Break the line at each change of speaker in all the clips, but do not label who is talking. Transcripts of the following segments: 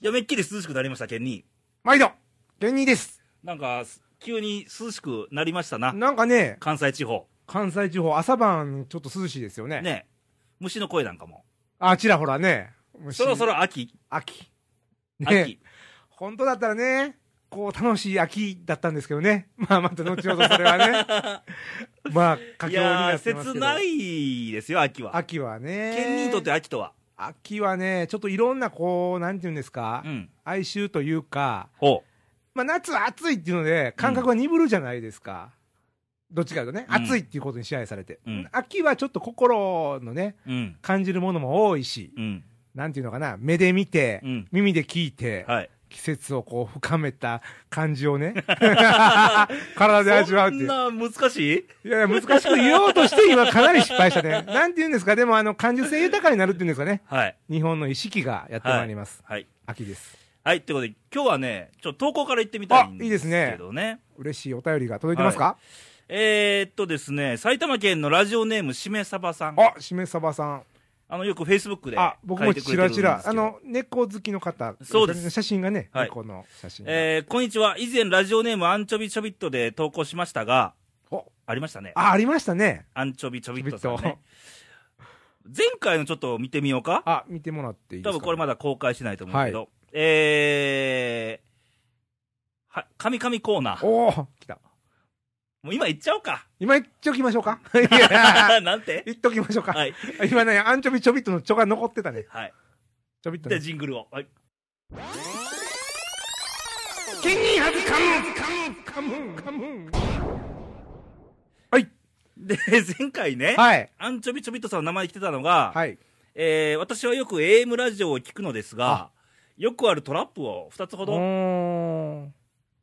いや、めっきり涼しくなりました、県に。
毎度、ケニーです。
なんか、す急に涼しくなりましたな、
なんかね、
関西地方。
関西地方、朝晩ちょっと涼しいですよね。
ね。虫の声なんかも。
あちらほらね。もう
そろそろ秋、
秋。ね
秋。
本当だったらね、こう楽しい秋だったんですけどね。まあまた後ほどそれは ね。まあ、佳
い
境に
や
な
ー、
ってます
切
けど。
ないですよ、秋は。
秋はね。
県民にとって秋とは。
秋はね、ちょっといろんなこう、なんていうんですか、
うん。
哀愁というか、
ほ
まあ夏は暑いっていうので、感覚が鈍るじゃないですか。どっちかというとね、
うん
暑いっていうことに支配されて。
うん
秋はちょっと心のね、
う。うん。
感じるものも多いし、
うん。
なんていうのかな、目で見て、
うん。
耳で聞いて、
はい。
季節をこう深めた感じを ね、 体で味わうって
そん
いう。
な難しい
いやいや、難しく言おうとして今かなり失敗したね。なんていうんですか、でもあの、感受性豊かになるっていうんですかね。
はい。
日本の意識がやってまいります。
はい。
秋です。
はい、ということで、今日はね、ちょっと投稿から行ってみたいん
あいいで
です
すね
けどね。
嬉しいお便りが届いてますか、
えー、っとですね、埼玉県のラジオネーム、しめさばさん。
あ、しめさばさん。
あの、よくフェイスブックで
あ、僕
書
も
いてくれて
ち
るん
ら
です
ち
けど。
ら。あの、猫好きの方。
そうです
写真がね、
はい
猫の写真が。
えーこんにちは。以前、ラジオネームアンチョビチョビットで投稿しましたが、
お
ありましたね。
あ、ありましたね。
アンチョビチョビットさん
ちょびっ
ね。前回のちょっと見てみようか。
あ、見てもらっていいで
多
すか、
分これま
だ。
だ公開しないと思うけど。えー、は、カミカミコーナー。
おー、来た。
もう今言っちゃおうか。
今言っときましょ うかいや
なんて
言っときましょうか。
はい。
今ね、アンチョビちょびっとのチョが残ってたね。
はい。
ちょびっと
で、
ね。
ジングルを。はい。
ケニーハズカムンカムンカムンカムン
で、前回ね、
はい。
アンチョビチョビットさんの名前来てたのが、
はい。
えー私はよく AM ラジオを聞くのですが、よくあるトラップを2つほ
お
ど
ー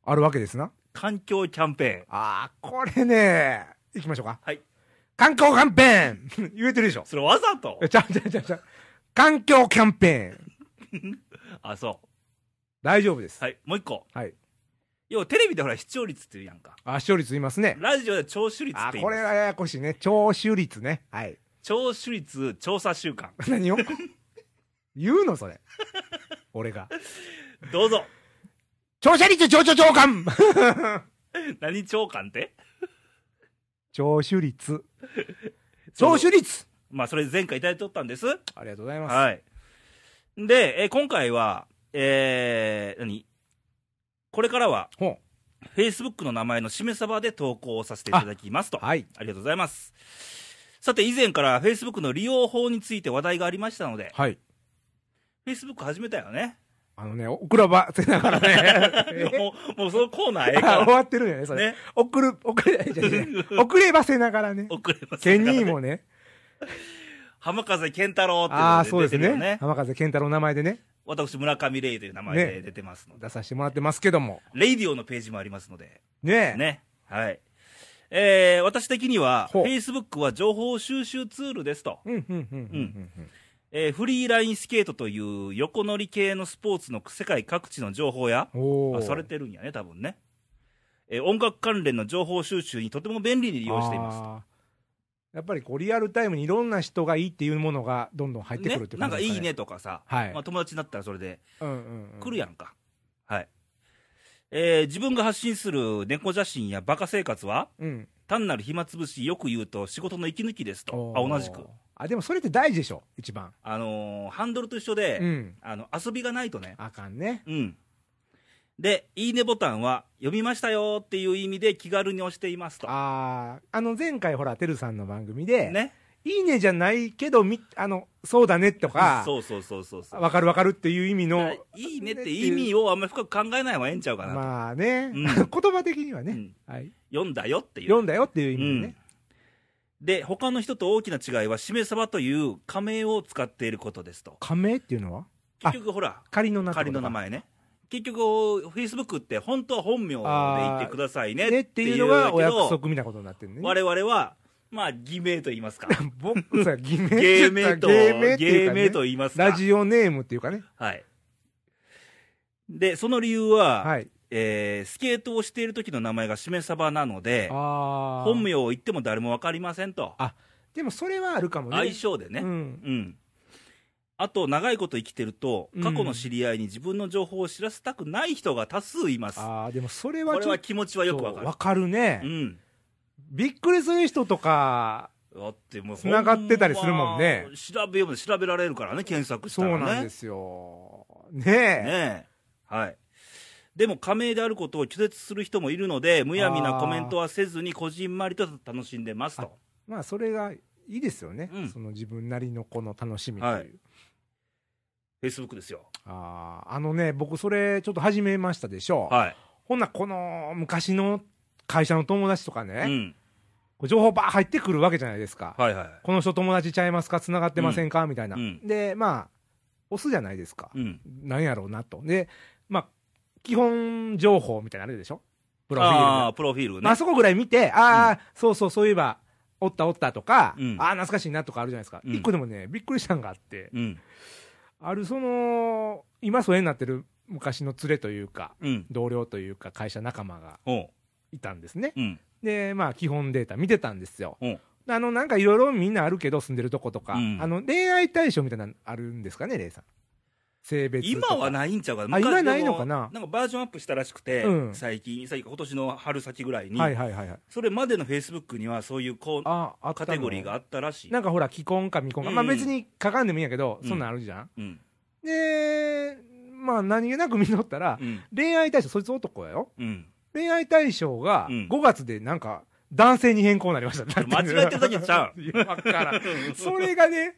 あるわけですな。
環境キャンペーン。
あー、これね、行きましょうか。
はい。
環境キャンペーン 言えてるでしょ。
それわざと
え、ちゃうちゃうちゃうちゃう。環境キャンペーン。
あ、そう。
大丈夫です。
はい、もう一個。
はい。
要はテレビでほら視聴率っていうやんか。
あ、視聴率いますね。
ラジオで聴取率っ
あ、
ていう。
これはややこしいね。聴取率ね。はい。
聴取率調査週間。
何を 言うのそれ。俺が。
どうぞ。
聴取率、聴取長官
何長官って
聴 取率。聴取率
まあ、それ前回いただいておったんです。
ありがとうございます。
はい。で、えー今回は、えー、何これからは、
ほう
Facebook の名前のしめさばで投稿をさせていただきますと。
はい。
ありがとうございます。さて、以前から Facebook の利用法について話題がありましたので、
はい。
Facebook 始めたよね。
あのね、送らばせなが らね。え
もう、もうそのコーナーええ
あ
か
終わってるんやね、そ
ら
れ。
ね。
送る、送れ、じゃじゃ送ればせながらね。
遅れます
ケニーもね。
浜風健太郎っていう
ああー、
の
そう
で
で
出て
す
るよ
ね
ね。。
浜風健太郎の名前でね、
私、村上レイという名前で
ね
出てますので、
出させてもらってますけども。
レイディオのページもありますので、
ねえ。
ね。はい。えー、私的には、
ほう
Facebook は情報収集ツールですと。
うん、うん、うん、うんうん。
えーフリーラインスケートという横乗り系のスポーツの世界各地の情報や、
おお。
あされてるんやね、多分ね。えー音楽関連の情報収集にとても便利に利用しています。
あーやっぱりこうリアルタイムにいろんな人がいいっていうものがどんどん入ってくるって
ね、な
感
ん
じ
かいい
ですかね。
ねとかさ、
はい
まあ、友達になったらそれで
うんうんうん
来るやんか。はい。えー自分が発信する猫写真やバカ生活は、
うん。
単なる暇つぶし、よく言うと仕事の息抜きですと。あ、
おー
同じく。。
あ、でもそれって大事でしょ、一番。
あのーハンドルと一緒で、
うん。
あの、遊びがないとね。
あかんね。
うん。で、いいねボタンは、読みましたよっていう意味で気軽に押していますと。
あーあの前回ほら、てるさんの番組で、
ね。
いいねじゃないけど、みあの、そうだねとか、
そうそうそうそうそう。
わかるわかるっていう意味
だか
の
ら、いいねって意味をあんまり深く考えない方がええんちゃうかなと、
まあね、
うん
言葉的には
う
ね、
ん
はい、
読んだよっていう
読んだよっていう意味でね。
で他の人と大きな違いはしめさばという仮名を使っていることですと
仮名っていうのはあ
結局ほら
仮の名ってこと
仮の名前ね結局フェイスブックって本当は本名で言ってくださいね
ね
っ
ってて
い
いうう
の
の
が
がお約束みたいなことになってるね。
我々はまあ偽名と言います か
僕さ、偽名
芸
芸
名
名
と
芸名っていう
芸
か、
名
ね、
と言いますか
ラジオネームっていうかね。
はいでその理由は、
はい。
えースケートをしている時の名前がしめさばなので
あ
本名を言っても誰も分かりませんと
あでもそれはあるかもね。
相性でね、
うん。
うん。あと、長いこと生きてると
う、ん
過去の知り合いに自分の情報を知らせたくない人が多数います。
ああ、でもそれは
こ
ち
れ
ょっ
は
と
気持ちはよくわかる。
わかるね、
うん。
びっくりする人とか、
だってもう、
繋がってたりするもんね
ほま。調べようも調べられるからね、検索した
そ
らね。
うなんですよ。ね
ねえ。はい。でも、加盟であることを拒絶する人もいるので、むやみなコメントはせずに、こじんまりと楽しんでますと。
え。まあ、それがいいですよね、
うん
その自分なりのこの楽しみという。
はい Facebook ですよ。
ああ、あのね、僕それちょっと始めましたでしょ。
は
ほんならこの昔の会社の友達とか
い。う
ね、
ん。
こう情報ばー入ってくるわけじゃないですか。
はいはい。
この人友達ちゃいますか繋がってませんか、みたいな、
うん
で、まあ、押すじゃないですか。
うん。
なんやろうなと。で、まあ、基本情報みたいなのあるでしょプロフィールみたい
あ
な
あ、プロフィールね
まあ。そこぐらい見て、ああ、そうそう、そういえば、おったおったとか、
うん
ああ、懐かしいなとかあるじゃないですか。
うん
一個でもね、びっくりしたんがあって、
うん。
あるその、今疎遠になってる昔の連れというか、
うん。
同僚というか会社仲間が
おう。
いたんですね。
うん。
で、まあ基本データ見てたんですよ。
うん
であの、なんかいろいろみんなあるけど、住んでるとことか、
うん
あの、恋愛対象みたいなのあるんですかね、レイさん。性別と
今
か。
はないんちゃうか
あ
な
今ないのかな
なんかバージョンアップしたらしくて、
うん
最近、最近、今年の春先ぐらいに、
はいはいはいはい。
それまでのフェイスブックには、そういうこう
あ、あった
カ
の
テゴリーがあったらしい。
なんかほら、既婚か未婚か。
うん
まあ別に書かんでもいいんやけど、
うん
そんなんあるじゃん。
うん。
で、まあ何気なく見とったら、
うん。
恋愛対象、そいつ男やよ。
うん。
恋愛対象が
うん
5月でなんか男性に変更になりました。
間違えてるだけちゃう
いや、 わからん。それがね、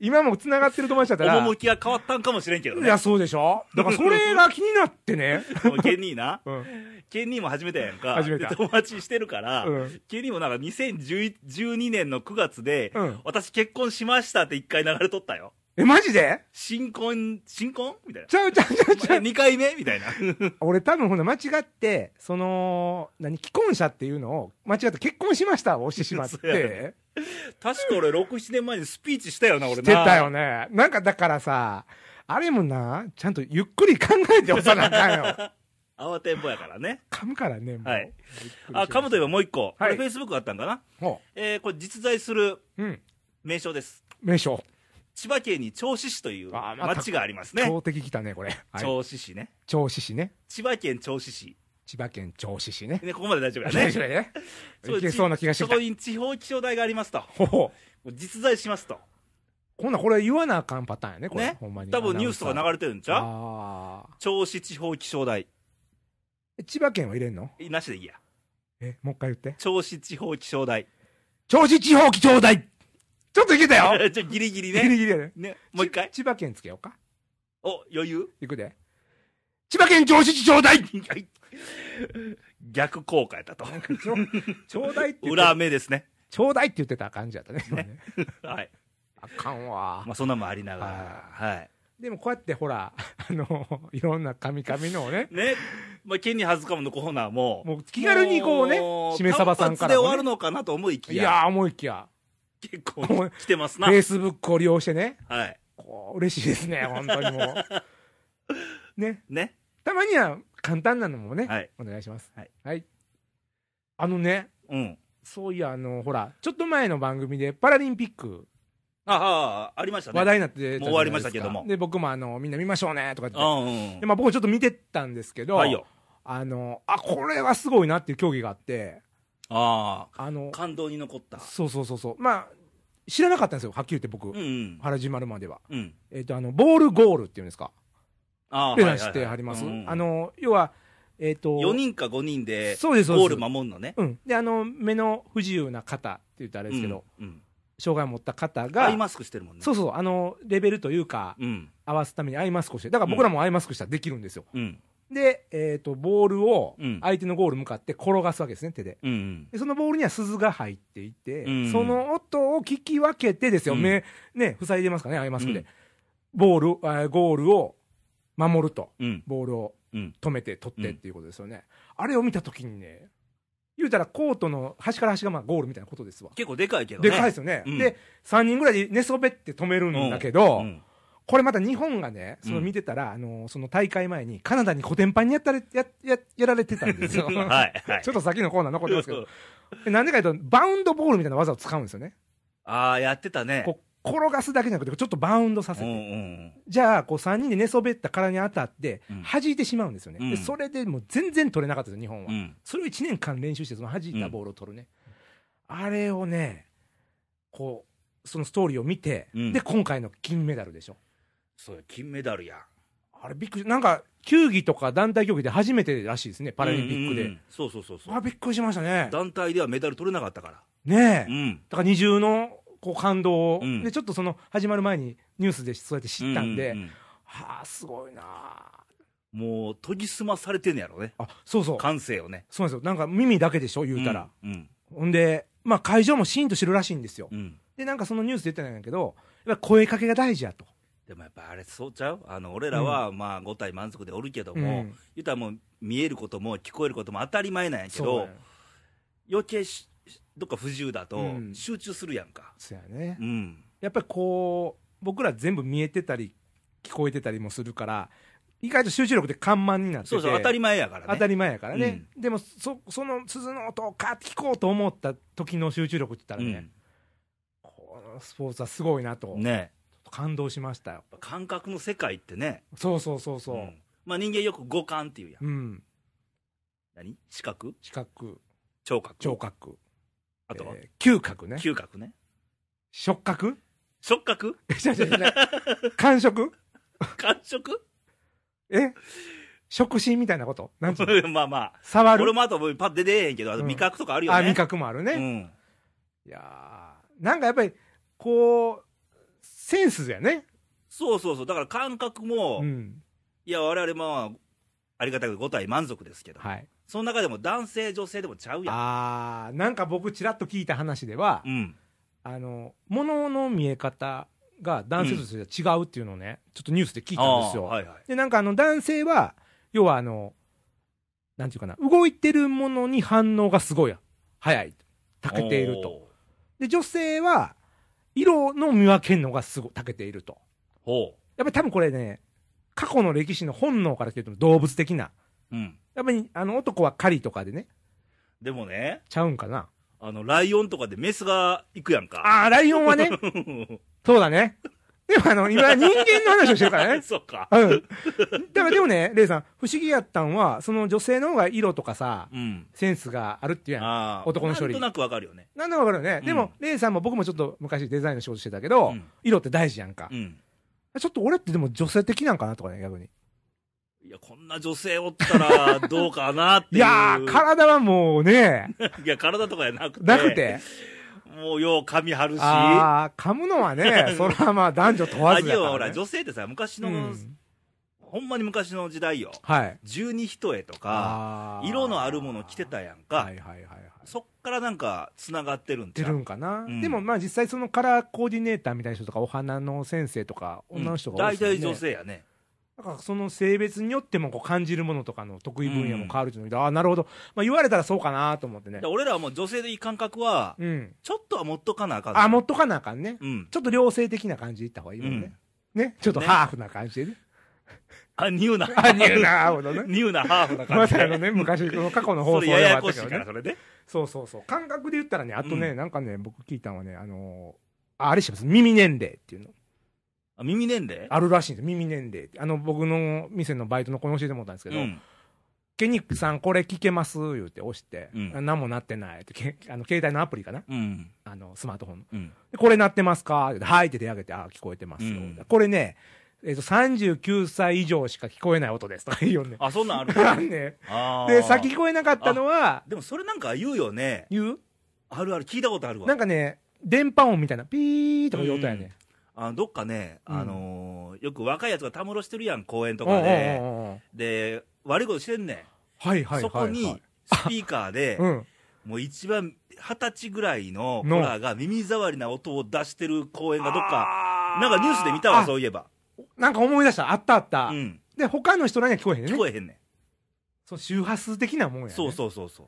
今も繋がってる友達だったら、
趣が変わったんかもしれんけど
い
ね
や、。そうでしょだからそれが気になっ てね。
でも ケニーな。
うん。
ケニーも始めたやんか。
始めた
で友達してるから、
うん
ケニーもなんか2012年の9月で、
うん
私結婚しましたって一回流れとったよ。
え、マジで
新婚、新婚みたい
ちゃうちゃうちゃうちゃ
な。
う。
2回目みたいな。
俺多分ほな間違って、その、何、既婚者っていうのを間違って結婚しましたを押してしまっ
そうや
て。
確か俺6、7年前にスピーチしたよな、俺な。
してたよね。なんかだからさ、あれもな、ちゃんとゆっくり考えておさなあか んよ。
慌てんぼやからね。
噛むからね、もう。
はい
びっくりしま
あ、
した
かむといえばもう一個。こ
は
れ
い
Facebook あったんかな、
ほ
えー、これ実在する
う。うん。
名称です。
名称。
千葉県に銚子市という
あーまた
町がありますね。
強敵来たね、これ。はい。
銚子市ね。
銚子市ね。
千葉県銚子市。
千葉県銚子市ね。
ね、ここまで大丈夫や
大丈夫
ね。
やね。
う
いけそうな気がしてき
そ
た
こ。に地方気象台がありますと。
ほほ。
実在しますと。
こんなんこれ言わなあかんパターンやね、これ。
ね
ほんまに。
多分ニュースとか流れてるんち
ちゃ
ゃう
ああ
銚子地方気象台。
ー。千葉県は入れんの
なしでいいや。
え、もう一回言って。
銚子地方気象台。
銚子地方気象台ちょっといけ たよ
ちょギリギリ
ギリ
ね。
ギリやね。
ね、もう一回
ち。千葉県つけようか。
お、余裕
いくで。千葉県銚子地方大
逆効果やったと。
ちょうだいって言って
裏目です ね。
ちょうだいって言ってた感じだったね。今ね
はい。
あかんわ
ま。あ、そんなもんありながら。はい。
でもこうやってほら、 あの、いろんな神々のをね、
ね。まあ、ケニーはずかものコーナーも。
もう気軽にこうね
もう
しめさばさんか
単発
らもね
で終わるのかなと思いき
い
や、
やー思いきや、
結構来てますな。はい。
Facebook を利用してね、こう、嬉しいで すね、本当にもう。ね、
ね。
たまには簡単なのもね、
はい。
お願いします。
はい。
あのね、
うん。
そういや、あの、ほら、ちょっと前の番組でパラリンピック
ああ、ありましたね。
話題になってたじゃないですか
もう終わりましたけども
で、僕もあの、みんな見ましょうね、とか言ってて。
うん
で、まあ僕ちょっと見てたんですけ
うん。
ど、
はいよ。
あの、あ、これはすごいなっていう競技があって、
あ
あの
あ。、感動に残った。
そうそうそうそう。まあ、知らなかったんですよ、はっきり言って僕、
うんうん。
原始丸までは。
うん。
えっ、と、あの、ボールゴールっていうんですか。
ああ。
っていうのは知ってはります、あ、の、要は、えっ、と、
4人か5人で、
そうです、そうで
ゴール
す。
守んのね。
うん。で、あの、目の不自由な方って言ったらあれですけど、
うん。うん
障害を持った方が、
アイマスクしてるもんね。
そうそう、あの、レベルというか、
うん。
合わすためにアイマスクをして、だから僕らもアイマスクしたらできるんですよ。
うん。
で、えっ、と、ボールを
うん、
相手のゴール向かって転がすわけですね、手で。
うんうん。
でそのボールには鈴が入っていて、
うん
その音を聞き分けてですよ、
うん
目、ね、塞いでますかね、アイマスクで。
うん
ボール、あーゴールを守ると。
うん。
ボールを
うん。
止めて、取ってっていうことですよね。あれを見たときにね、言うたらコートの端から端がまあゴールみたいなことですわ。
結構でかいけどね。
でかいですよね。
うん
で、3人ぐらいで寝そべって止めるんだけど、
うん
これまた日本がね、その見てたら、あの、その大会前にカナダにコテンパンにやったれ、や、や、やられてたんですよ。
はい。はい。
ちょっと先のコーナー残ってますけ
う
ど。
ん
でなんでかというと、バウンドボールみたいな技を使うんですよね。
ああ、やってたね。
こ転がすだけじゃなくて、ちょっとバウンドさせ
うんう
て、
ん
じゃあ、こう3人で寝そべった殻に当たって
うん、
弾いてしまうんですよね、
うん
でそれでもう全然取れなかったですよ、日本は。
うん
それを1年間練習して、その弾いたボールを取るね、あれをね、こう、そのストーリーを見て、
うん
で、今回の金メダルでしょ。
そうや金メダルや
あれびっくり、なんか、球技とか団体競技で初めてらしいですね、パラリンピックで。
うんうんうんそうそうそうそ
あ
う
びっくりしましたね。
団体ではメダル取れなかったから
ねえ。
うん
だから二重のこう感動を、
うん
でちょっとその始まる前にニュースでそうやって知ったんで、
うう
はあすごいなあ
うんもう研ぎ澄まされてんねやろね
あそうそう
感性をね
そうなんですよなんか耳だけでしょ言うたら、
うん
ほんで、まあ、会場もシーンとしてるらしいんですよ、
うんうん
でなんかそのニュースで言ってたんやけどやっぱ声かけが大事やと
でもやっぱあれそうちゃうあの俺らはまあ5体満足でおるけども、
うん
言うたらもう見えることも聞こえることも当たり前なんやけ
そう
ど
なん
余計しどっか不自由だと
うん
集中するやんか
そうやね
うん、
やっぱりこう僕ら全部見えてたり聞こえてたりもするから意外と集中力で緩慢になってて
そうそう当たり前やからね
当たり前やからね、でもそその鈴の音をカーって聞こうと思った時の集中力って言ったらね、このスポーツはすごいなと、
うんね
感動しましたよ
やっぱ感覚の世界ってね
そうそうそうそう、
んまあ、人間よく五感っていうやん、
うん
何視覚
視覚
聴覚
聴覚
あとは、
えー嗅覚ね
嗅覚ね
触覚
触覚
違う違う違う感触
感触
え触診みたいなことなんつ うの
まあまあ
触
俺
る
もあとパッて出てへんけどあと
うん
味覚とかあるよね、
あ味覚もあるね、
うん
いやーなんかやっぱりこうセンスだよね、
そうそうそうだから感覚も、
うん、
いや我々まあありがたく5体満足ですけど、
はい
その中でも男性女性でもちゃうやん
あーなんか僕ちらっと聞いた話では、
うん
あの物の見え方が男性としては違うっていうのをね、ちょっとニュースで聞いたんですよ、
あーはいはい
でなんかあの男性は要はあのなんていうかな動いてるものに反応がすごい早い長けているとで女性は色の見分けるのがすごい長けていると
おーほ
やっぱり多分これね過去の歴史の本能から来てると動物的な
う、うん、
やっぱりあの男は狩りとかでね
でもね
ちゃうんかな
あのライオンとかでメスが行くやんか
ああライオ ンはねそうだねでもあの今人間の話をしてるから ね
そうか
うん。だからでもね、レイさん、不思議やったんは、その女性の方が色とかさ、
うん
センスがあるっていうやん。
あー
男の処理
なんとなくわかるよね
なんでもわかるよね。
うん
でも、レイさんも僕もちょっと昔デザインの仕事してたけ
う
ど、
ん
色って大事やんか
う。ん
ちょっと俺ってでも女性的なんかなとかね、逆に。
いやこんな女性おったらどうかなっていう
いやー、体はもうね、
いや体とかじゃなくて
なくて。
もうよう髪張るし
あー、噛むのはね、それはまあ男女問わず
あ
や
要
か
はほ
ら、
ら
ね。
女性ってさ昔の、
うん
ほんまに昔の時代よ
はい。
十二一重とか
あー
色のあるもの着てたやんか、
はいはいはいはい。
そっからなんかつながってるん
って
ちゃ
る
うん
かな、
うん
でもまあ実際そのカラーコーディネーターみたいな人とかお花の先生とか女の人が多
大
いですよね
体女性やね
だからその性別によってもこう感じるものとかの得意分野も変わるっていうのを見て、ああなるほど、まあ、言われたらそうかなと思ってね
だから俺らはもう女性的感覚は
うん
ちょっとは持っとかなあかん
あ持っとかなあかんね
うん
ちょっと良性的な感じでいった方がいいもんね、ねちょっと
ね
ハーフな感じでね
あニューな
あニューなるほどね
ニューなハーフな感
ま
じ
さ
で
あのね昔この過去の
そ
放送
れ
でも
や
あ
や
っ
こ
た
し
け
い
ど
か
ね
らそれで
そうそうそう感覚で言ったらねあとね、なんかね僕聞いたのはねあのーああれしてます耳年齢っていうの
あ耳年齢
あるらしいんです耳年齢ってあの僕の店のバイトの子に教えてもらったんですけど、
うん
ケニックさんこれ聞けます言うて押して、
うん
あ何もなってないってけ あの携帯のアプリかな
うん
あのスマートフォンの
うん
でこれ鳴ってますかって言ってはいって手挙げて、あ聞こえてますよ、
うん
これね、えっと、39歳以上しか聞こえない音ですとか言うよね。
あそんなんあ
あ
る
んね
あー
で、さっき聞こえなかったのは、
でもそれなんか言うよね
言う
あるある聞いたことあるわ
なんかね、電波音みたいな、ピーとかいう音やね。
あのどっかね、
うん
あのーよく若いやつがたむろしてるやん公園と
おう
か
おう
で、
おうおう
で悪いことしてんねん、
はいはいはい、はい。
そこに、スピーカーで、
うん。
もう一番二十歳ぐらいの
の
子らが耳障りな音を出してる公園がどっか、
か
なんかニュースで見たわ、
う。
そういえば、
あなんか思い出した、あったあった。
うん、
で、他の人らには聞こえへんね。
聞こえへんね
そう周波数的なもんや、
ん、
ね。
そう
う。
そうそうそう、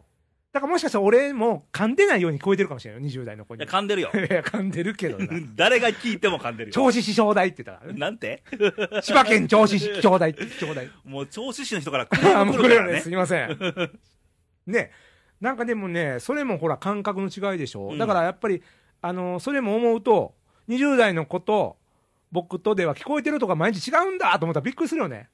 だからもしかしたら俺も噛んでないように聞こえてるかもしれないよ、20代の子
い
に。
や噛んでるよ、
いや、噛んでるけどな。
誰が聞いても噛んでるよ、
銚子市正代って言った からね。
なん て、
千葉県銚子市正代って、 正代。
もう銚子市の人からクレ
あ、
ー
も
ム来
うこ
る
れ
か
は
ら
ね、
ね
す、いません。ね。なんかでもね、それもほら感覚の違いでしょ。
うん
だからやっぱり、あの、それも思うと、 20代の子と、僕とでは聞こえてるとか毎日違うんだと思ったらびっくりするよね。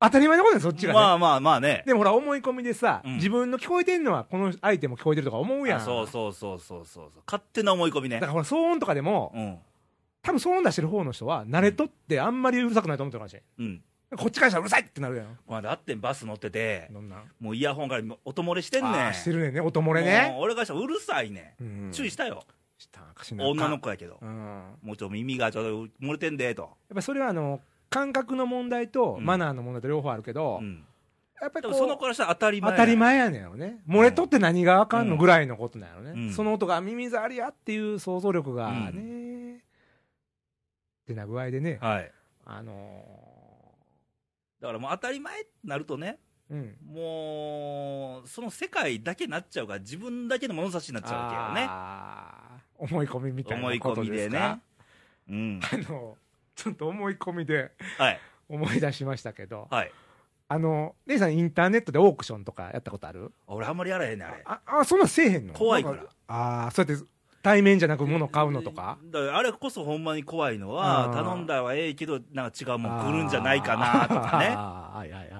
当たり前のことだよ、そっちがね。
まあまあまあね。
でもほら、思い込みでさ、
うん
自分の聞こえてんのは、この相手も聞こえてるとか思うやん。
あそうそうそうそうそうそう。勝手な思い込みね
だか。らほら、騒音とかでも、
うん。
多分騒音出してる方の人は、慣れとってあんまりうるさくないと思ってるかもしれ
うん。
ん。こっちからしたらうるさいってなるやん。
まあだってバス乗ってて、
どんなん。
もうイヤホンから音漏れしてんねん。
あーしてるねんね、音漏
こ
れね。
俺からしたらうるさいね
うん
ん。注意したよ。
したんかしな
女の子やけど。
うん。や
もうちょっと耳がちょっと漏れてんでと。
っぱそれはあの、感覚の問題と
うん
マナーの問題と両方あるけど、
うん。
やっぱり
で
こ
もその
う、
子からしたら当たり前
当
や。
たり前やねんよね。漏れとって何がわかんの
うん
ぐらいのことなんやろね。
うん
その音が耳障りやっていう想像力がね、
う
ってな具合でね、
はい。
あの
だからもう当たり前ってなるとね、
ー、うん。
もう、その世界だけになっちゃうから、自分だけの物差しになっちゃうわけよね。
あー思い込みみたい
思い
なこと
込み
です
で
か
ね。。うん。
あの、ちょっと思い込みで
はい。
思い出しましたけど、
はい。
あの、レイさんインターネットでオークションとかやったことある
俺あんまりやらへんねん、あれ。
あ、あ、そんなんせえへんの
怖いから
なんああ、そうやって対面じゃなく物買うのとか
だからあれこそほんまに怖いの
あ
は、
ー
頼んだはええけど、なんか違うもん来るんじゃないかなとかね。
あーはいはいはい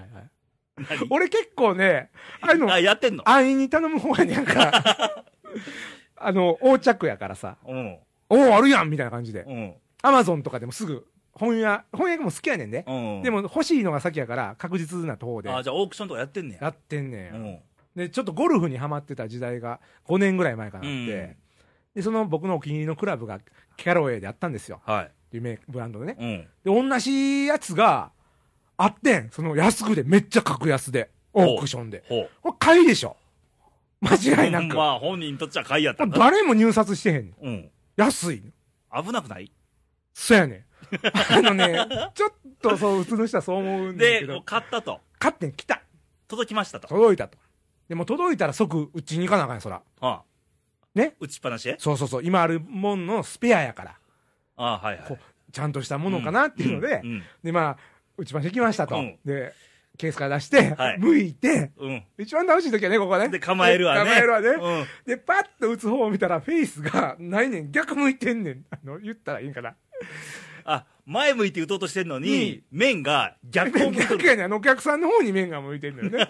は い。俺結構ね、ああいうの
何、あ、やってんの
安易に頼む方やねんか。 あの、横着やからさ、
うん。
おお、あるやんみたいな感じで。
うん。
アマゾンとかでもすぐ、本屋、本屋も好きやねんで。
うん。
でも欲しいのが先やから、確実な方で。
あ、じゃあオークションとかやってんねや。
やってんねん
う。ん。
で、ちょっとゴルフにハマってた時代が5年ぐらい前かなって、
うん
で、その僕のお気に入りのクラブがキャロウェイであったんですよ。
はい。
有名ブランドでね。
うん。
で、同じやつがあってん。その安くで、めっちゃ格安で、オークションで。
ほう。
これ買いでしょ。間違いなく。
まあ本人にとっちゃ買いやった
これ
な。
誰も入札してへんねん。
うん。
安いの。
危なくない
そやねん。 あのね、ちょっとそう、普通の人はそう思うんだ
で
け、ど、
買ったと。
買ってん、来た。
届きましたと。
届いたと。でも届いたら即、うちに行かなあかんよ、そら。
あ
ね
打ちっぱなしで
そうそうそう、今あるもんのスペアやから、
ああ、はいは
こ。
いう
ちゃんとしたものかなっていうので、
うん。
で、まあ、打ちましてきましたと、
うん
で、ケースから出して、
はい
向いて、
うん。
一番楽しい時はね、ここは
う
ね。
んで、構えるわね。
構えるわね。
うん。
で、パッと打つ方を見たら、フェイスがないねん、逆向いてんねん。あの、言ったらいいんかな。
あ、前向いて打とうとしてんの
に
に、面が逆を向いと
逆
る。
やねん、あの、お客さんの方に面が向いてんの よね。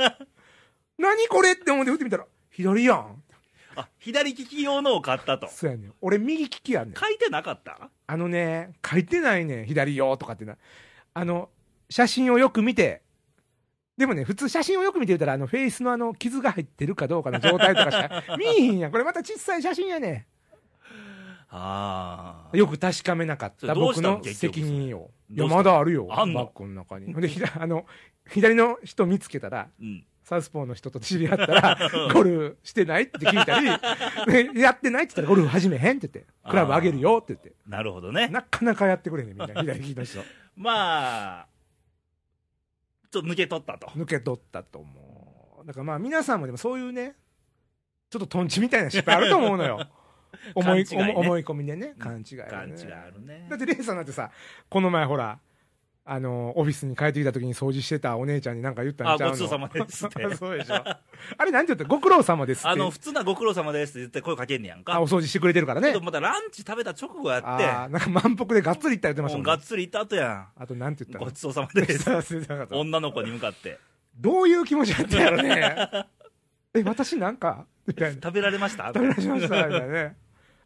何これって思って振ってみたら、左やん。
あ、左利き用のを買ったと。
そうやねん。俺、右利きやねん。
書いてなかった
あのね、書いてないねん、左よとかってな。あの、写真をよく見て、でもね、普通写真をよく見て言ったら、あの、フェイスのあの、傷が入ってるかどうかの状態とかしか 見えへんやん。これまた小さい写真やね
あ
ん。よく確かめなかっ
そ
た
れどう
僕
したの
の責任を。い
結局それ
や、まだあるよ。
あんの
バッグの中に。で、ひ だあの、左の人見つけたら、
うん。
サウスポーの人と知り合っ たら、ゴルフしてないって聞いたり、ねやってないって言ったらゴルフ始めへんって言って、クラブあげるよって言って、
なるほどね。
なかなかやってくれへんねんみん な、左利きの人。
まあ、ちょっと抜け取ったと。
抜け取ったと思う。だからまあ皆さんもでもそういうね、ちょっとトンチみたいな失敗あると思うのよ。思 い
勘違いね
思思い込みでね、
ん
勘違い、ね。
勘違いあるね
だってレイさんなんてさ、この前ほら、あの、オフィスに帰ってきた時に掃除してたお姉ちゃんに何か言ったんちゃうの
あごちそうさまですって
そうでしょ。あれなんて言ったご苦労様ですって。
あの、普通なご苦労様ですって絶対声かけんねやん
あ
か
お。掃除してくれてるから
け
ね
ど。またランチ食べた直後や
あ
っ
ーなんか満腹でがっつり言ったら言って
て、
まし
も
たも
うんがっ
ね。
つりいった後や
あとなんて
ん。
言った
ご
の
ちそうさま です。
忘れてなかった
女の子に向かって。
どういう気持ちだったんやろね。 え、私なんかみたいな。
食べられました
食べられましたみたいなね。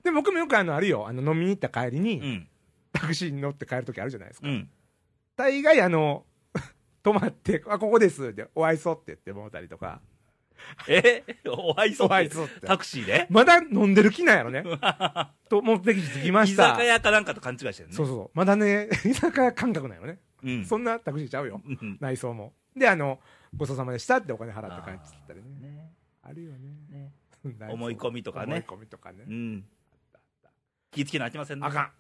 で、僕もよくあの、あるよ。あの、飲みに行った帰り
う
に、
ん。
タクシーに乗って帰るときあるじゃないですか。
うん。
大概あの、 止まって、あ、ここですって、お愛想って言ってもうたりとか、
え お愛想
お愛想って
タクシーで
まだ飲んでる気なんや ろね。と、目的地着きま
居
した。
酒屋かなんかと勘違いしてるね。
そうそうそう。まだね、 居酒屋感覚なんやろね。
うん。
そんなタクシーちゃうよ。
うん
内装も。で、あの、ごちそうさまでしたってお金払って帰ってきたりね。
ね
あるよね。
ね思い込みとかね
思い込みとかね
う。ん。気ぃつけなあきませんね。
あかん。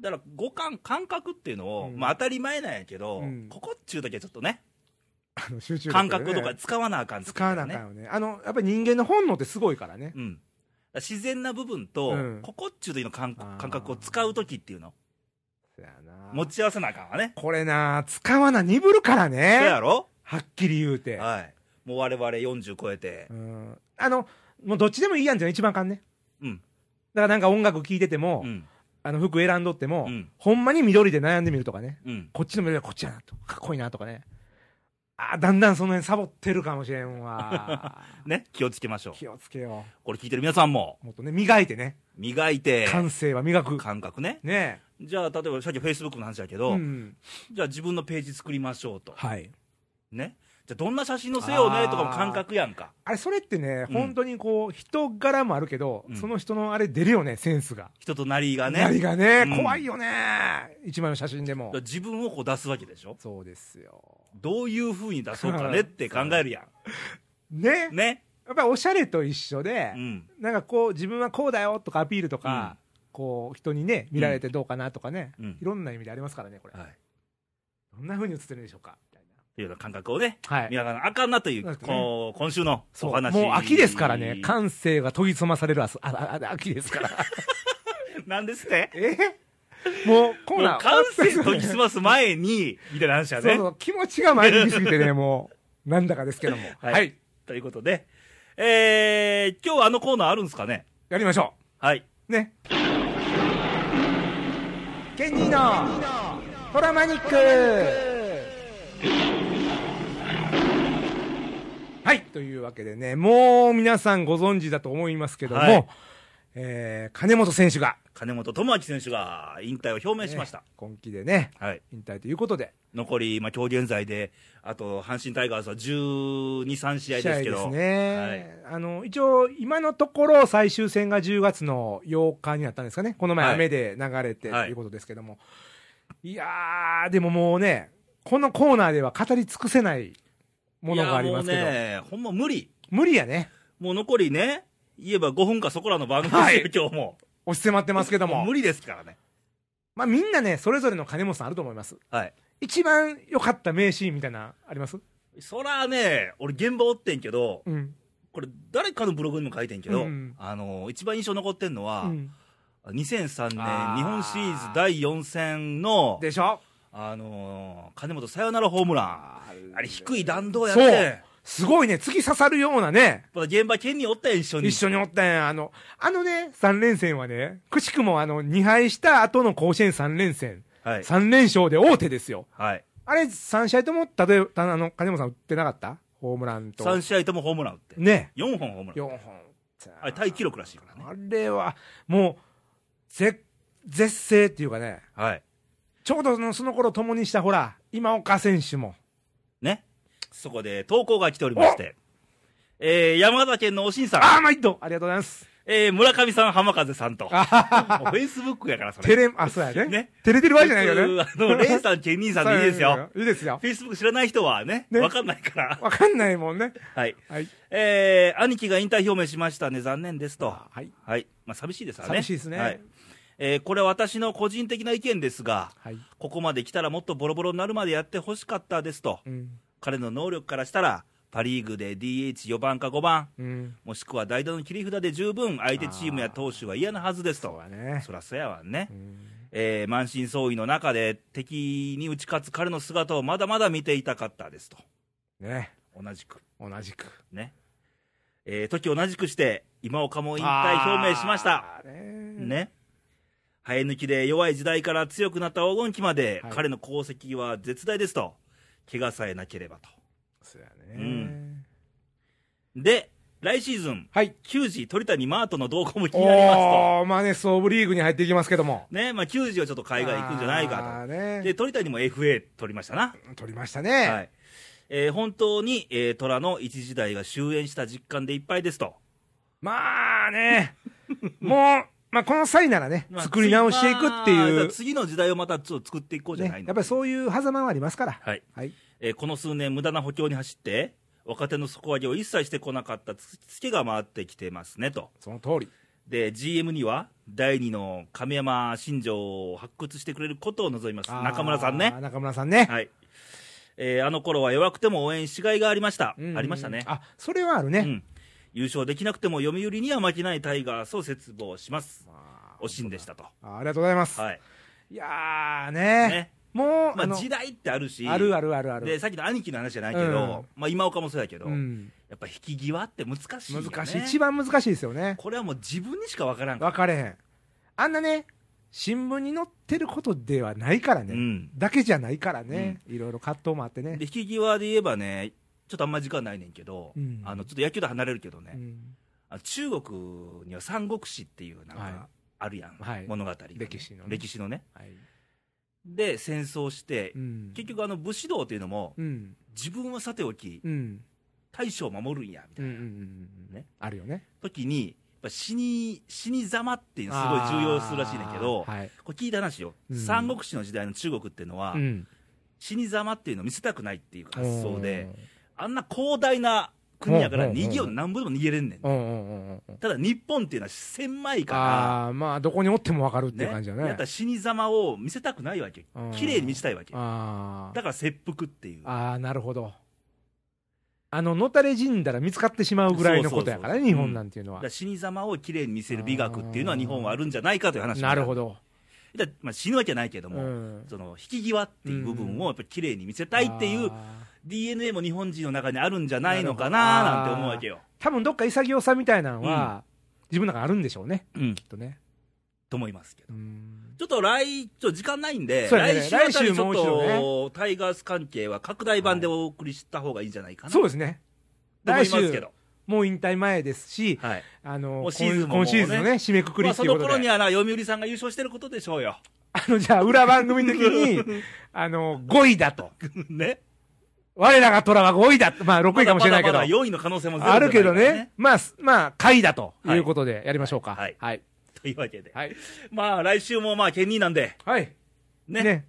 だから五感感覚っていうのを、
うん
まあ当たり前なんやけど、
うん
ここっちゅうだけちょっとね
あの集中力
感
でね
覚とか使わなあかんってこと
使
だよ
わ
ね
なあかんよね。あの、やっぱり人間の本能ってすごいからね。
うん、だから自然な部分と、
うん
ここっちゅう時の感
あー
感覚を使う時っていうの
そやな
持ち合わせなあかんわね
これな、使わな、鈍るから
そ
ね。
やろ
はっきり言うて。
はいもう我々40超えて
うん。あの、もうどっちでもいいやんじゃん、一番あかんね。
うん
だからなんか音楽聴いてても、
うん
あの服選んどっても、
うん
ほんまに緑で悩んでみるとかね。
うん。
こっちの緑はこっちやなと。かっこいいなとかね。ああ、だんだんその辺サボってるかもしれん わ。
ね、気をつけましょう。
気をつけよ
これ聞いてる皆さんも、
う。もっとね、磨いてね。
磨いて、
感性は磨く。
感覚ね。
ね
じゃあ、例えばさっき Facebook の話だけ
え。
ど、
うん。
じゃあ自分のページ作りましょうと。
はい。
ね。じゃあ、どんな写真載せようねとかも感覚やんか。
あれ、それってね、
うん
本当にこう、人柄もあるけど、
うん
その人のあれ出るよね、センスが。
人となりがね。
何がね、
うん
怖いよね。一枚の写真でも
だから。自分をこう出すわけでしょ。
そうですよ。
どういう風に出そうかねって考えるや
ね
ん。。ね。
やっぱりおしゃれと一緒で
う、ん。
なんかこう、自分はこうだよとかアピールとか、こう、人にね、見られてどうかなとかね、
うん
いろんな意味でありますからね、これ。
はい。
どんな風に映ってるんでしょうかみたい
というような感覚をね、
な。は
皆さん、あかんなという、
そうですね
こう今週のお話。
もう秋ですからね、感性が研ぎ澄まされるあすあああ秋で すから。
なんですって
えもうコー
もう
ナー。
感性研ぎ澄ます前に、みたいな話だ
そう
ね
そ。う、気持ちが前に来すぎてね、もう、なんだかですけども。
は
はいい。
ということで、えー、今日はあのコーナーあるんですかね
やりましょ
はい。
う。ね。ケニーのトラマニックはい、というわけでね、もう皆さんご存知だと思いますけども、
はい
えー金本選手が、
金本智明選手が引退を表明しました。
ね今季でね、
はい。
引退ということで、
残り、まあ、今日現在で、あと、阪神タイガースは12、3試合ですけど。
試合ね、あの一応、今のところ、最終戦が10月の8日になったんですかね、この前、
はい
雨で流れてと
はい
いうことですけども、い、やー、でももうね、このコーナーでは語り尽くせない
はい。
ものがありますけど、
いやもうね、ほんま無理。
無理やね、
もう残りね、言えば5分かそこらの番組ですよ、
はい
今日も。
押し迫ってますけども
無、理ですからね。
まあ、みんなね、それぞれの金本さんあると思います。
はい。
一番良かった名シーンみたいな、あります
そらね、俺現場おってんけど、
うん。
これ誰かのブログにも書いてんけど、
うん
あの、一番印象残ってんのは、
うん
2003年
あー
日本シリーズ第4戦の、
でしょ
あのー金本サヨナラホームラン。あれ低い弾道やっ
そ
て
う、。すごいね、次刺さるようなね、
まだ現場県におったやん、一緒に。
一緒におったんや。あの、あのね、3連戦はね、くしくもあの、2敗した後の甲子園3連戦、
はい。
3連勝で大手ですよ。
はい。
あれ、3試合とも、例えば、たあの、金本さん打ってなかったホームランと。
3試合ともホームラン打って。
ね。
4本ホームラン。
4本。
あれ、タイ記録らしいからね。
あれは、もう、ぜ、絶世っていうかね、
はい。
ちょうどそのその頃共にした、ほら、今岡選手も。
ね。そこで投稿が来ておりまして。えー、山形県のおしんさん。
ああ、マイトありがとうございます。
えー、村上さん、浜風さんと。フ
あははは
ェイスブックやから、そ
テ
れ。
レ、あ、そうやね。
ね
照れてる場合じゃないよね。
普通あの、レイさん、ケニーさんでいいですよ。。
いいですよ
フ。ェイスブック知らない人はね、
ね
わかんないから。
わかんないもんね。
はい。
はい。
えー、兄貴が引退表明しましたね、残念ですと。
あはい。
はい。まあ、寂しいですからね。
寂しいですね
はい。えーこれは私の個人的な意見ですが、
はい。
ここまで来たらもっとボロボロになるまでやってほしかったですと。
うん。
彼の能力からしたら、パリーグで DH4 番か5番、
うん。
もしくは代打の切り札で十分相手チームや投手は嫌なはずです
そう
と。
だね。
そらそやわね。
うん
えー満身創痍の中で敵に打ち勝つ彼の姿をまだまだ見ていたかったですと。
ね。
同じく。
同じく。
ね。えー時を同じくして、今岡も引退表明しました。
あー。ね。
ね。生え抜きで弱い時代から強くなった黄金期まで、
はい
彼の功績は絶大ですと。怪我さえなければと。
そうや
う
ね。
で、来シーズン、
はい。
球児鳥谷マートの動向も気になりますと。
おー、まあね、総ブリーグに入っていきますけども。
ね、まあ球児はちょっと海外行くんじゃない
あ
かと。
ーね。
で、鳥谷も FA 取りましたな。
取りました
は
ね。
い。えー本当に、えー虎の一時代が終焉した実感でいっぱいですと。
ま あね。もう、まあこの際ならね、作り直していくって
ま
い
あ
う。
次の時代をまたちょっと作っていこうじゃない
ね
の。
やっぱりそういう狭間はありますから。
はい。
はい。
えーこの数年、無駄な補強に走って、若手の底上げを一切してこなかったつつけが回ってきてますねと、
その通り。
で GM には第二の亀山新庄を発掘してくれることを望みます、
あー
中村さんね、
中村さんね。
はいえーあの頃は弱くても応援しがいがありました、
うん
ありましたね、
あ、それはある
う
ね。
ん、優勝できなくても読売には負けないタイガースを絶望します、
まあ
おしんでしたと、
あありがとうございます。
はい
いやー
ね
ね。もう、
まあ、
の
時代ってあるし、
あるあるあるある。
でさっきの兄貴の話じゃないけど、まあ、今岡もそうやけど、
うん、
やっぱ引き際って難しいよね
難しい、一番難しいですよね。
これはもう自分にしか分からんから
分かれへん。あんなね、新聞に載ってることではないからね、
うん
だけじゃないからね、いろいろ葛藤もあってね
で、引き際で言えばね、ちょっとあんま時間ないねんけど、
うん
あのちょっと野球と離れるけどね
う、ん
あの中国には三国志っていうなん
は
かあるやん、
はい
物語がね、
歴史のね
歴史のね。
はい
で、戦争して、
うん、
結局あの武士道っていうのも、
うん、
自分はさておき、
うん、
大将を守るんや、みた
う
い
ん、うん
な、
うん
ね
あるよね。
時に、やっぱ死に、死にざまっていうのすごい重要するらしいねんだけど、
あーはい、
これ聞いた話よ、
うん
三国志の時代の中国っていうのは、
うん
死にざまっていうのを見せたくないっていう発想で、あんな広大な国やから、
うんうんうん
逃げようとなんぼでも逃げれんねん。
うん、うん、うん、うんうん。
ただ日本っていうのは狭いか
ああー、まあ、どこにおってもわかるっ
ら、
ていう感じだね。
やったら死にざまを見せたくないわけ
うん、
綺麗に見せたいわけ、だ
あー
から切腹っていう、
あー、なるほど。あの、のたれ死んだら見つかってしまうぐらいのことやからね、
そうそう
日
そう
本なんていうの
だ
は
から。死にざまを綺麗に見せる美学っていうのは日本はあるんじゃないかという話
なるほ
ど
ど。
だからまあ、死ぬわけないけども、
うん
その引き際っていう部分をやっぱり綺麗に見せたいっていう
あー
DNA も日本人の中にあるんじゃないのかななんて思うわけよ。
多分どっか潔さみたいなのは、自分の中にあるんでしょうね、
うん、
きっとね。
と思いますけど。
うん
ちょっと来、ちょっと時間ないんで、
そうやね
来週あたり
来週
ちょ
も
っ
う一度
と、タイガース関係は拡大版でお送りした方がいいんじゃないかなと
そう
思
ですね。
いま
来
すけ
週、
ど。
もう引退前ですし、
はい。
あの
もうシーズンも
今今シーズンのね、
もうね
締めくくり
まあ
って
そ
いう
の
ことで、
頃にはな、読売さんが優勝してることでしょうよ。
あの、じゃあ、裏番組の時に、あの、5位だと。
ね。
我らが虎は5位だと。まあ、6位かもしれないけど。
まだまだ4位の可能性もゼロじゃ
あ
ない
るけど
から
ね。。まあ、すまあ、下位だということでやりましょうか。
はい
はい。
というわけで。
はい。
まあ来週もまあ、ケニーなんで、
はい。
ね。
ね。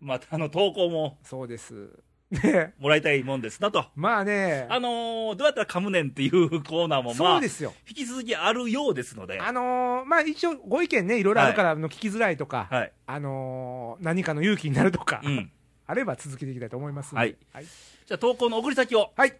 またあの、投稿も
そうです。 ね。
もらいたいもんですなと。
まあね。
あのー、どうやったら噛むねんっていうコーナーもま
そ
あ
うで、すよ。
引き続きあるようですので。
あのーまあ一応ご意見ね、いろいろあるから、あの聞きづらいとか、
はい。
あのー何かの勇気になるとか、
うん。
あれば続けていきたいと思いますんで
はい
はい
じゃあ投稿の送り先を。
はい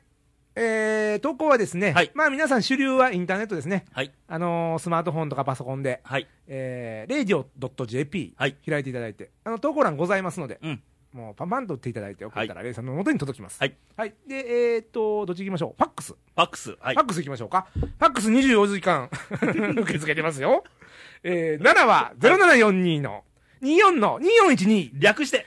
えー投稿はですね、
はい
まあ皆さん主流はインターネットですね。
はい。
あのースマートフォンとかパソコンで、
はい。
えー、radio.jp
はい
開いていただいて、あの投稿欄ございますので、
うん。
もうパンパンと打っていただいて送ったら、レイさんの元に届きます。
はい。
で、えー、っと、どっち行きましょうファックス。
ファックス。はい
ファ。ックス行きましょうか。ファックス24時間、 受け付けてますよ。えー、7は0742の24の2412。
略して。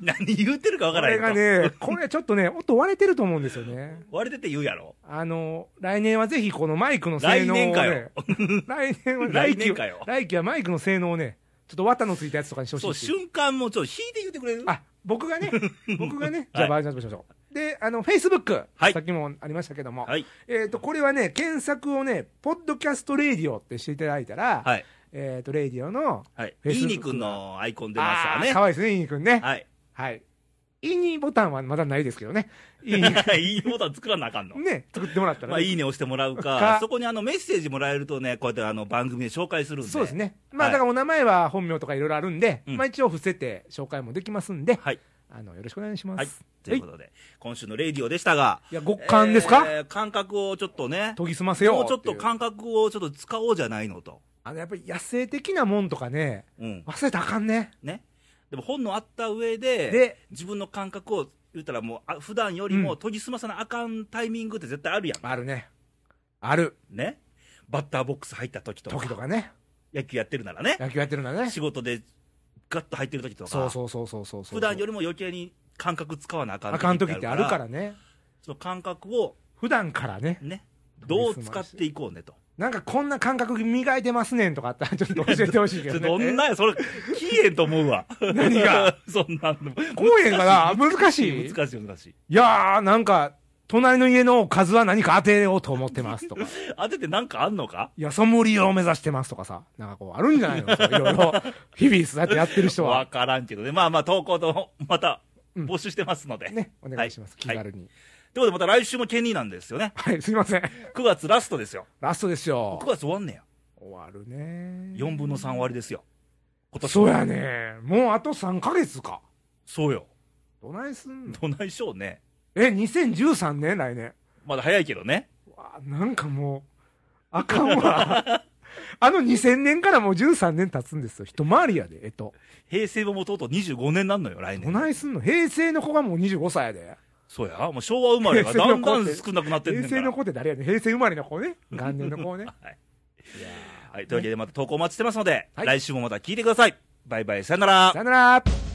何言ってるかわ
こ
からへ
れ
んと
がね、これちょっとね、音割れてると思うんですよね。
割れてて言うやろ。
あの、来年はぜひこのマイクの性能を、
来
ね。
年かよ
来年は、
来
来
年
期
か
は
よ、
来期はマイクの性能をね、ちょっと綿のついたやつとかにして
そう、
ほしいっていう。
瞬間もちょっと引いて言ってくれる
あ、僕 がね、僕がね、じゃ
は
あ
い
バージョンアップしましょう。で、あの、Facebook、
はい
さっきもありましたけども、
はい。
えっ、と、これはね、検索をね、ポッドキャストレディオってしていただいたら、
はい。
えっ、と、レディオの、
はい。
Facebook
いいにくんのアイコン出まし
あ
た
ー
ね。
かわいいですね、いいにくんね。
はい。
はい。いいにボタンはまだないですけどね。いいに
いいボタン作らなあかんの。
ね、作ってもらったら、ね。
まあ、いいね押してもらうか、
か
そこにあのメッセージもらえるとね、こうやってあの番組で紹介するんで。
そうです。ね。まあ、
はい
だからお名前は本名とかいろいろあるんで、
うん
まあ一応伏せて紹介もできますんで、
はい。
あの、よろしくお願いします。
はい
い、。
ということで、今週のレディオでしたが、
や、極寒ですか、
えー感覚をちょっとね、
研ぎ澄ませよう
もうちょって
い
と感覚をちょっと使おうじゃないのと。
あの、やっぱり野生的なもんとかね、
うん。
忘れたらあかんね。
ね。でも本のあった上で、
で
自分の感覚を言ったらもう、あ普段より
う
も
ん
研ぎ澄まさなあかんタイミングって絶対あるやん。
あるね。ある。
ね。バッターボックス入った時とか、
時とかね。
野球やってるならね、
野球やってるんだね。
仕事でガッと入ってる時とか、
そうそうそうそうそうそう。
普段よりも余計に感覚使わなあかん、
あかん時ってあるかららね。
その感覚を
普段からね。
ね、どう使っていこうねと。
なんかこんな感覚磨いてますねんとかあ ったらちょっと教えてほしいけ
それ
ど
どん
ね。
なんや、それ、消えんと思うわ。
何が
そんなんの。
こうへんかな難しい。い
難しい、難しい。
やー、なんか、隣の家の数は何か当てようと思ってますと か。
当ててなんかあんのか
いや、ソムリエを目指してますとかさ。なんかこう、あるんじゃ ないのそういろいろ。日々、そうやってやってる人
わ
は。
からんけどね。まあまあ、投稿と、 また、
うん
募集してますので。
ね、お願いします。気
はい
軽に。
ということで、また来週もケニーなんですよね。
はい、すいません。
9月ラストですよ。
ラストです
9
よ。
月終わんねや。
終わるね。
4分の3終わりですよ。今年
そうやね。もうあと3ヶ月か。
そうよ。
どないすんの
どないしょうね。
え、2013年来年。
まだ早いけどね。
わあなんかもう、あかん わ。あの2000年からもう13年経つんですよ。一回りやで、えっと。
平成ももとうとう25年なんのよ、来
ど
年。
ないすんの平成の子がもう25歳やで。
そうや。もう昭和生まれが
平
だ
成
ん
の
だ
子っ
ん
て
少なくなってんねん
平
から
成の子って誰やねん平成生まれの子ね。元年の子ね。
はい。
いやー
はい、というわけでまた投稿お待ちしてますので、
はい
来週もまた聞いてください。バイバイ、さよなら
さ。よなら